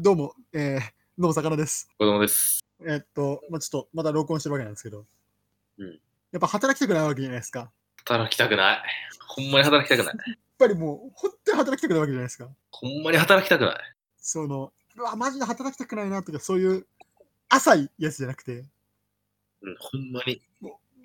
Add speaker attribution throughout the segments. Speaker 1: どうも、えー、どうも、魚です。
Speaker 2: 子供です。
Speaker 1: えーっと、まあ、ちょっと、まだ録音してるわけなんですけど、
Speaker 2: うん
Speaker 1: やっぱ働きたくないわけじゃないですか。やっ
Speaker 2: 働きたくない。ほんまに働きたくない。
Speaker 1: ぱりもう、本当に働きたくないわけじゃないですか。
Speaker 2: ほんまに働きたくない。
Speaker 1: その、うわ、マジで働きたくないなとか、そういう、浅いやつじゃなくて、
Speaker 2: うん、ほんまに。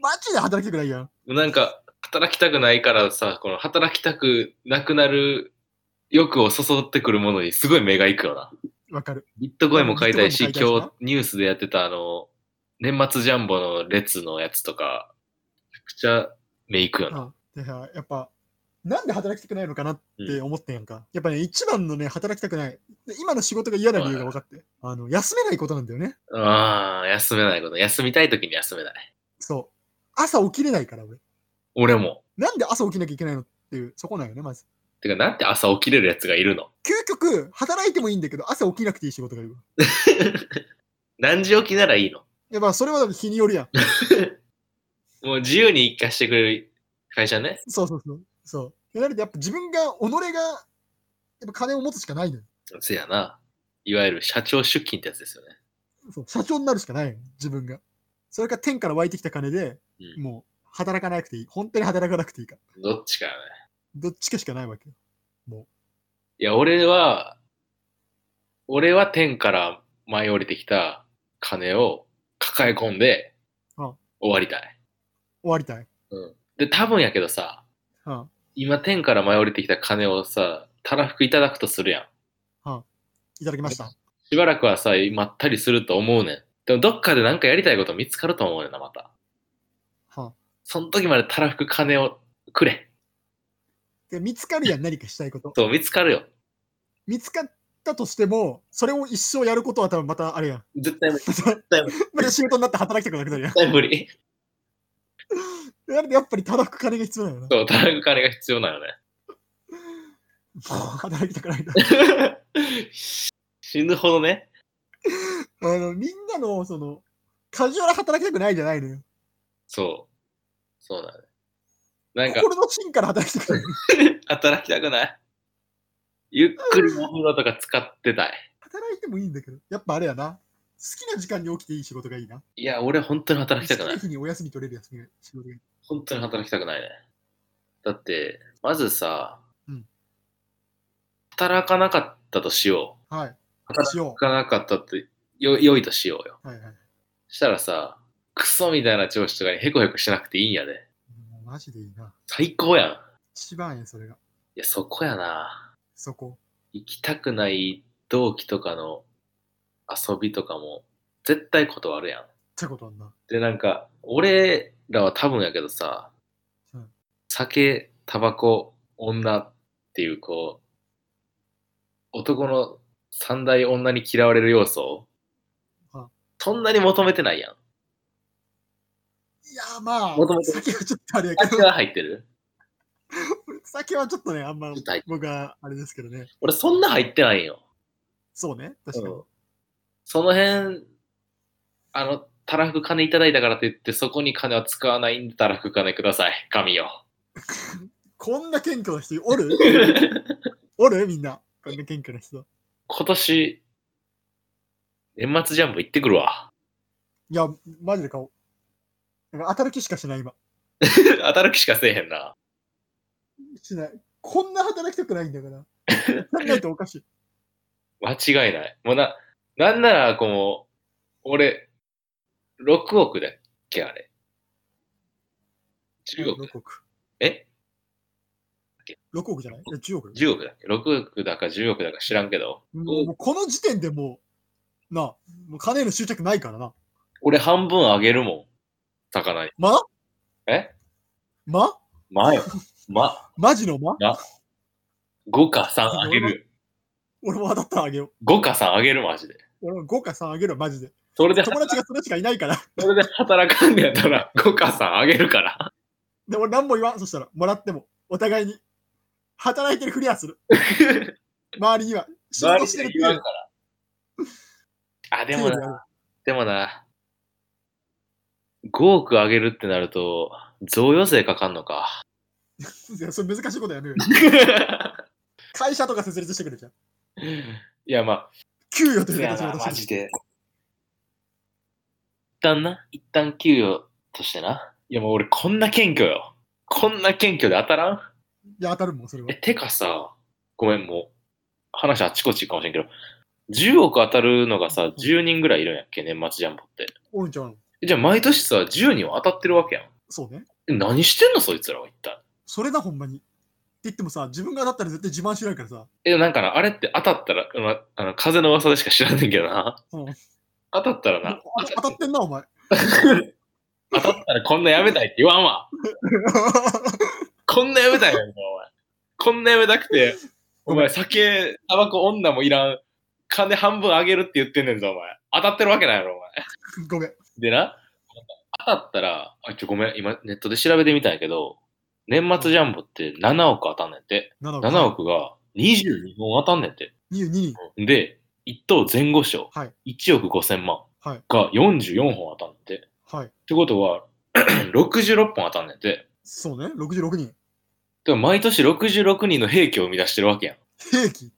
Speaker 1: マジで働きたくないやん。
Speaker 2: なんか、働きたくないからさ、この働きたくなくなる欲をそそってくるものにすごい目がいくよな。
Speaker 1: わかる。
Speaker 2: ビットコインも買いたいし、
Speaker 1: ビッ
Speaker 2: 今
Speaker 1: トコインも買いたい
Speaker 2: 日ニュースでやってたあの、年末ジャンボの列のやつとか、めちゃくちゃ目いくよな。
Speaker 1: あでさ、やっぱ、なんで働きたくないのかなって思ってんやんか。やっぱね、一番のね、働きたくない。で今の仕事が嫌な理由が分かって、あの、休めないことなんだよね。
Speaker 2: ああ、休めないこと。休みたい時に休めない。
Speaker 1: そう。朝起きれないから、俺。
Speaker 2: 俺も。
Speaker 1: なんで朝起きなきゃいけないのっていう、そこなんよね、まず。
Speaker 2: てか、なんて朝起きれるやつがいる の
Speaker 1: 究極、働いてもいいんだけど、朝起きなくていい仕事がいるわ。
Speaker 2: 何時起きならいいの
Speaker 1: やっぱそれはだって日によるやん。
Speaker 2: もう自由に一家してくれる会社ね。
Speaker 1: そうそうそう。そう。でなので、やっぱ自分が、己が、やっぱ金を持つしかないのよ。
Speaker 2: せやな。いわゆる社長出勤ってやつですよね。
Speaker 1: そう社長になるしかないのよ、自分が。それか天から湧いてきた金で、
Speaker 2: うん
Speaker 1: もう働かなくていい。本当に働かなくていいから。
Speaker 2: どっちかよね。
Speaker 1: どっちかしかないわけよ。
Speaker 2: いや、俺は、俺は天から舞い降りてきた金を抱え込んで
Speaker 1: うん
Speaker 2: 終わりたい。
Speaker 1: 終わりたい。
Speaker 2: うん。で、多分やけどさ、
Speaker 1: うん
Speaker 2: 今天から舞い降りてきた金をさ、たらふくいただくとするやん。
Speaker 1: いただきました。
Speaker 2: しばらくはさ、まったりすると思うねん。でもどっかでなんかやりたいこと見つかると思うねんな、また。
Speaker 1: はあ、
Speaker 2: その時までたらふく金をくれ。
Speaker 1: で見つかるやん、何かしたいこと。
Speaker 2: そう、見つかるよ。
Speaker 1: 見つかったとしても、それを一生やることは多分またあれやん。
Speaker 2: 絶対無理。絶
Speaker 1: また仕事になって働きたくなくなるやん。
Speaker 2: 対無理。
Speaker 1: なので、やっぱり働く金が必要なのよな。
Speaker 2: そう、たらふく金が必要なのね。
Speaker 1: 働きたくないな。
Speaker 2: 死ぬほどね。
Speaker 1: あの、みんなの、その、カジュアル働きたくないじゃないのよ。
Speaker 2: そう。そうなのね。なんか、
Speaker 1: 心の芯から働きたくない。
Speaker 2: 働きたくないゆっくりお風呂とか使ってたい。
Speaker 1: 働いてもいいんだけど、やっぱあれやな。好きな時間に起きていい仕事がいいな。
Speaker 2: いや、俺本当に
Speaker 1: 好
Speaker 2: 働
Speaker 1: き
Speaker 2: きたく
Speaker 1: な
Speaker 2: な。
Speaker 1: い日にお休み取れる休みが仕事がいい。
Speaker 2: 本当に働きたくないね。だって、まずさ、
Speaker 1: うん
Speaker 2: 働かなかったとしよう。
Speaker 1: はい。し
Speaker 2: 働
Speaker 1: よ
Speaker 2: かなかったってよ、良いとしようよ。
Speaker 1: う。はいはい。
Speaker 2: したらさ、クソみたいな上司とかにヘコヘコしなくていいんやで。
Speaker 1: もうマジでいいな。
Speaker 2: 最高やん。い
Speaker 1: 一番や、それが。
Speaker 2: や、そこやな。
Speaker 1: そこ。
Speaker 2: 行きたくない同期とかの遊びとかも、絶対断るやん。
Speaker 1: ってことにな。
Speaker 2: で、なんか、俺らは多分やけどさ、
Speaker 1: うん
Speaker 2: 酒、タバコ、女っていう、こう、男の三大女に嫌われる要素
Speaker 1: あ
Speaker 2: を、そんなに求めてないやん。
Speaker 1: いやー、まあ
Speaker 2: もとも、と
Speaker 1: 酒はちょっとあれやけ
Speaker 2: 酒
Speaker 1: ど、
Speaker 2: は入っ てる
Speaker 1: 酒はちょっとね、あんま
Speaker 2: ちょっと入ってる
Speaker 1: 僕はあれですけどね。
Speaker 2: 俺そんな入ってないんよ。
Speaker 1: そうね、確かに。
Speaker 2: その辺、あの、たらふく金いただいたからって言って、そこに金は使わないんで、たらふく金ください。神よ。
Speaker 1: こんな謙虚な人おるおるみんな。こんな謙虚な人。
Speaker 2: 今年、年末ジャンボ行ってくるわ。
Speaker 1: いや、マジで顔。なんか当たる気しかしない、今。
Speaker 2: 当たる気しかせえへんな。
Speaker 1: しない。こんな働きたくないんだから。考えておかしい。
Speaker 2: 間違いない。もうな、なんなら、こう、俺、6億だっけ、あれ。10億
Speaker 1: 6億。
Speaker 2: え
Speaker 1: 6億じゃないいや ?10 億。
Speaker 2: ?10 億だっけ ?6 億だか10億だか知らんけど、
Speaker 1: もうもうこの時点でもう、なあ、もう金への執着ないからな。
Speaker 2: 俺半分あげるもん。魚に。
Speaker 1: ま
Speaker 2: え
Speaker 1: ま
Speaker 2: まよ。ま。
Speaker 1: マジのま
Speaker 2: 5か3あげる。
Speaker 1: 俺も当たったらあげよ
Speaker 2: 5か3あげる、マジで。
Speaker 1: う。俺も5か3あげるわ、マジで。
Speaker 2: それで、
Speaker 1: 友達がそれしかいないから。
Speaker 2: それで働かんねやったら、5か3あげる から。
Speaker 1: で、俺何も言わん。そしたら、もらっても、お互いに、働いてるふりはする。周りには、仕事してる
Speaker 2: 周
Speaker 1: っ
Speaker 2: り
Speaker 1: てい
Speaker 2: には言わん
Speaker 1: う
Speaker 2: から。あ、で
Speaker 1: 程
Speaker 2: も
Speaker 1: 度や
Speaker 2: な、
Speaker 1: る。
Speaker 2: でもな、5億あげるってなると、贈与税かかん のか。
Speaker 1: いや、それ難しいことやめようよ。会社とか設立してくるじゃん。
Speaker 2: いや、まあ、
Speaker 1: 給与という
Speaker 2: いや
Speaker 1: 形で
Speaker 2: な、
Speaker 1: 私
Speaker 2: マ
Speaker 1: たち
Speaker 2: ジで。一旦な、一旦給与としてな。いや、もう俺こんな謙虚よ。こんな謙虚で当たらん
Speaker 1: いや、当たるもん、それは
Speaker 2: え、。てかさ、ごめん、もう、話あっちこっち行くかもしれんけど、10億当たるのがさ、10人ぐらいいるんやっけ、年末ジャンボって。
Speaker 1: おるんちゃうの
Speaker 2: えじゃあ、毎年さ、10人は当たってるわけやん。
Speaker 1: そうね。
Speaker 2: え何してんの、そいつらは一体。
Speaker 1: それだ、ほんまに。って言ってもさ、自分が当たったら絶対自慢しないからさ。
Speaker 2: え、なんかな、あれって当たったら、まあの風の噂でしか知らんねんけどな。
Speaker 1: うん
Speaker 2: 当たったらな、
Speaker 1: あ当たってんな、お前。
Speaker 2: 当たったらこんなやめたいって言わんわ。こんなやめたいやんか、お前。こんなやめたくて、お前、酒、タバコ、女もいらん。金半分あげるって言ってんねんぞ、お前。当たってるわけないやろ、お前。
Speaker 1: ごめん。
Speaker 2: でな、当たったら、あ、ちょ、ごめん、今ネットで調べてみたんやけど、年末ジャンボって7億当たんねんて。
Speaker 1: 7億。
Speaker 2: 7億が22本当たんねんて。
Speaker 1: 22人。
Speaker 2: で、1等前後賞、
Speaker 1: はい
Speaker 2: 1億5千万
Speaker 1: はい
Speaker 2: が44本当たんねんて。っ
Speaker 1: はい。
Speaker 2: てことは、66本当たんねんて。
Speaker 1: そうね。66人。
Speaker 2: でも毎年66人の兵器を生み出してるわけやん。
Speaker 1: 兵器。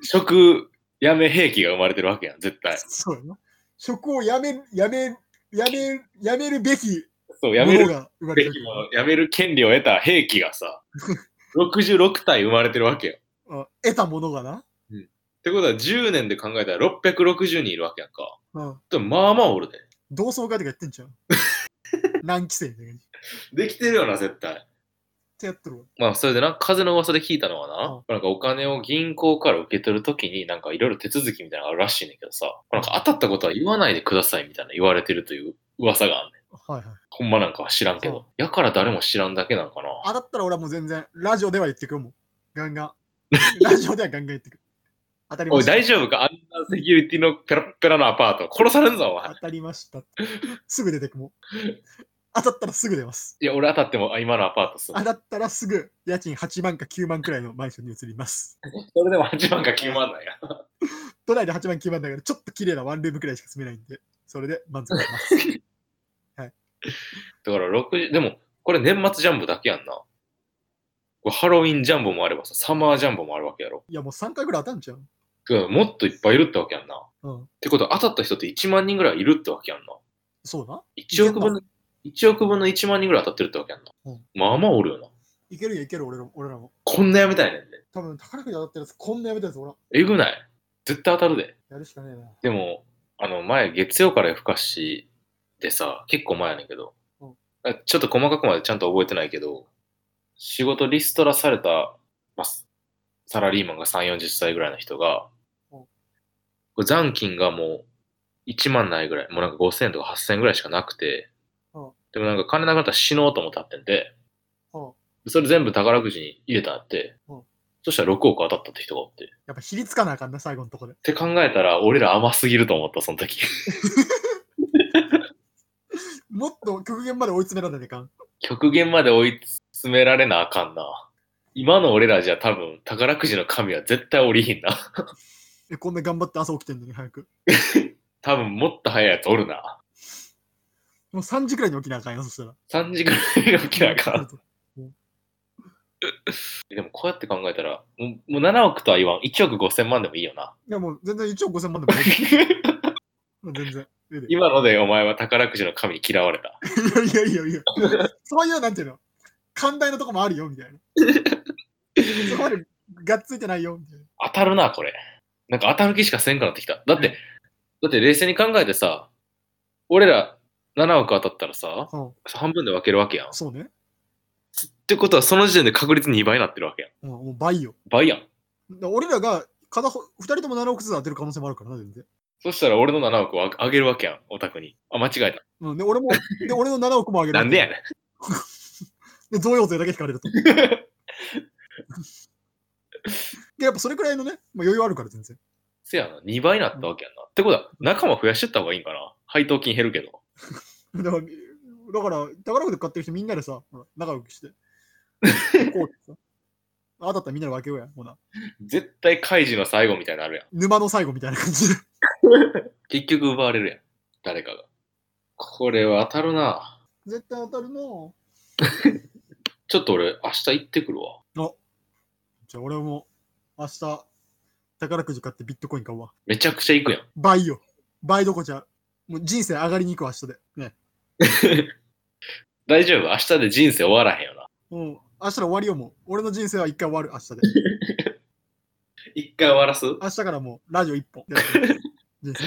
Speaker 2: 食、やめ兵器が生まれてるわけやん、絶対。
Speaker 1: そうやな。職をやめる、やめる、やめる、やめるべき
Speaker 2: そう、や
Speaker 1: も
Speaker 2: め
Speaker 1: の
Speaker 2: る
Speaker 1: が生まれ
Speaker 2: 兵
Speaker 1: て
Speaker 2: 器
Speaker 1: る。
Speaker 2: も、やめる権利を得た兵器 がさ、66体生まれてるわけよ。
Speaker 1: あ得たものがな。
Speaker 2: ってことは10年で考えたら660人いるわけやんか。
Speaker 1: うん。
Speaker 2: でもまあまあおるで。
Speaker 1: 同窓会とかやってん ちゃう何期生みたいな感じ。っ
Speaker 2: できてるよな、絶対。
Speaker 1: てやってるわ。
Speaker 2: まあそれでな、風の噂で聞いたのはな、なんかお金を銀行から受け取るときになんかいろいろ手続きみたいなのがあるらしいねんけどさ、なんか当たったことは言わないでくださいみたいな言われてるという噂があんねん。
Speaker 1: はいはい。
Speaker 2: ほんまなんかは知らんけ
Speaker 1: うん
Speaker 2: ど。やから誰も知らんだけなのかな。
Speaker 1: 当たったら俺はもう全然、ラジオでは言ってくるもん。ガン ガン。ラジオではガンガン言ってくる。当たり
Speaker 2: お
Speaker 1: ま
Speaker 2: い、
Speaker 1: した。
Speaker 2: 大丈夫かあんなセキュリティのペラッペラのアパート。殺されんぞ、お前
Speaker 1: 当。たりました。すぐ出てくもん。当たったらすぐ出ます。
Speaker 2: いや、俺当たってもあ今のアパートすんの
Speaker 1: 当たったらすぐ家賃8万か9万くらいのマンションに移ります。
Speaker 2: それでも8万か9万なんや。
Speaker 1: 都内で8万9万だからちょっと綺麗なワンルームくらいしか住めないんで、それで満足します。
Speaker 2: だから60、でも、これ年末ジャンボだけやんな。これハロウィンジャンボもあればさ、サマージャンボもあるわけやろ。
Speaker 1: いやもう3回くらい当たんじゃん。
Speaker 2: だからもっといっぱいいるってわけやんな。っ
Speaker 1: うん。
Speaker 2: てことは当たった人って1万人ぐらいいるってわけやんな。
Speaker 1: そうな。
Speaker 2: 1億分の、1億分の1万人ぐらい当たってるってわけやんな。
Speaker 1: うん
Speaker 2: まあまあおるよな。
Speaker 1: いけるよ、いける、俺らも。俺らも
Speaker 2: こんなやめたいねんで。
Speaker 1: 多分、宝くじ当たってるやつ、こんなやめたやつ、俺ら。
Speaker 2: えぐない絶対当たるで。
Speaker 1: やるしかねえな。
Speaker 2: でも、あの、前、月曜から夜更かしでさ、結構前やねんけど、
Speaker 1: うん
Speaker 2: あちょっと細かくまでちゃんと覚えてないけど、仕事リストラされた、まあ、サラリーマンが3、40歳ぐらいの人が、
Speaker 1: うん
Speaker 2: これ残金がもう1万ないぐらい、もうなんか5000とか8000ぐらいしかなくて、
Speaker 1: うん
Speaker 2: でもなんか金なくなったら死のうと思ってあってんで、
Speaker 1: うん。
Speaker 2: それ全部宝くじに入れたんやって、
Speaker 1: うん
Speaker 2: そしたら6億当たったって人がおって。
Speaker 1: やっぱ、ひりつかなあかんな、最後のとこで
Speaker 2: っ。て考えたら、俺ら甘すぎると思った、その時。
Speaker 1: もっと極限まで追い詰められないかん。
Speaker 2: 極限まで追い詰められなあかんな。今の俺らじゃ多分宝くじの神は絶対降りひんな。
Speaker 1: え、こんな頑張って朝起きてんのに早く。
Speaker 2: 多分もっと早いやつおるな。
Speaker 1: もう3時くらいに起きなあかんよ、そしたら。。
Speaker 2: 3時ぐらいが起きなあかん。でもこうやって考えたら、もうもう7億とは言わん。1億5千万でもいいよな。
Speaker 1: いや、もう全然1億5000万でもいいもう全然。いい で
Speaker 2: 今のでお前は宝くじの神に嫌われた。
Speaker 1: いやいやいやいや。そういう、なんていうの、寛大なとこもあるよ、みたいな。そこまでがっついてないよ、みたいな。
Speaker 2: 当たるな、これ。なんか当たる気しかせんくなってきた。だって、だって冷静に考えてさ、俺ら7億当たったらさ、
Speaker 1: うん、
Speaker 2: 半分で分けるわけやん。っ
Speaker 1: そうね。
Speaker 2: てことはその時点で確率2倍になってるわけやん。
Speaker 1: うん、もう倍よ。
Speaker 2: 倍やん。
Speaker 1: だから俺らが片方、2人とも7億ずつ当てる可能性もあるからな、全然。
Speaker 2: そしたら俺の7億をああげるわけやん、オタクに。あ、間違えた。
Speaker 1: うん、で、俺も、で、俺の7億もあげる。
Speaker 2: なんでやね
Speaker 1: で、贈与税だけ引かれると。
Speaker 2: ん。
Speaker 1: で、やっぱそれくらいのね、まあ、余裕あるから、全然。
Speaker 2: せやな、2倍になったわけやんな。ってことは、仲間増やしてった方がいいんかな。配当金減るけど。
Speaker 1: だから、だから宝くじ買ってる人みんなでさ、ほら仲良くして。こうってさ。 当たったらみんなで分けようや、ほな。
Speaker 2: 絶対開示の最後みたいになるやん。
Speaker 1: 沼の最後みたいな感じで。
Speaker 2: 結局奪われるやん。誰かが。これは当たるな。
Speaker 1: 絶対当たるの
Speaker 2: ちょっと俺、明日行ってくるわ。
Speaker 1: じゃあ俺も明日宝くじ買ってビットコイン買うわ。
Speaker 2: めちゃくちゃ行くやん。
Speaker 1: 倍よ。倍どこじゃ。もう人生上がりに行くわ、明日で。ね。
Speaker 2: 大丈夫明日で人生終わらへんよな。
Speaker 1: もう、明日で終わりよ、もう。俺の人生は一回終わる、明日で。
Speaker 2: 一回終わらす
Speaker 1: 明日からもう、ラジオ一本でやっていきます。人生。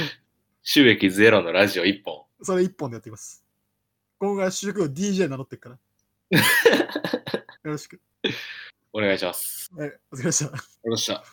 Speaker 2: 収益ゼロのラジオ一本。
Speaker 1: それ一本でやっていきます。今後は主役を DJ 名乗ってるから。よろしく。
Speaker 2: お願いします。
Speaker 1: はい、お疲れ様でした。
Speaker 2: おろした。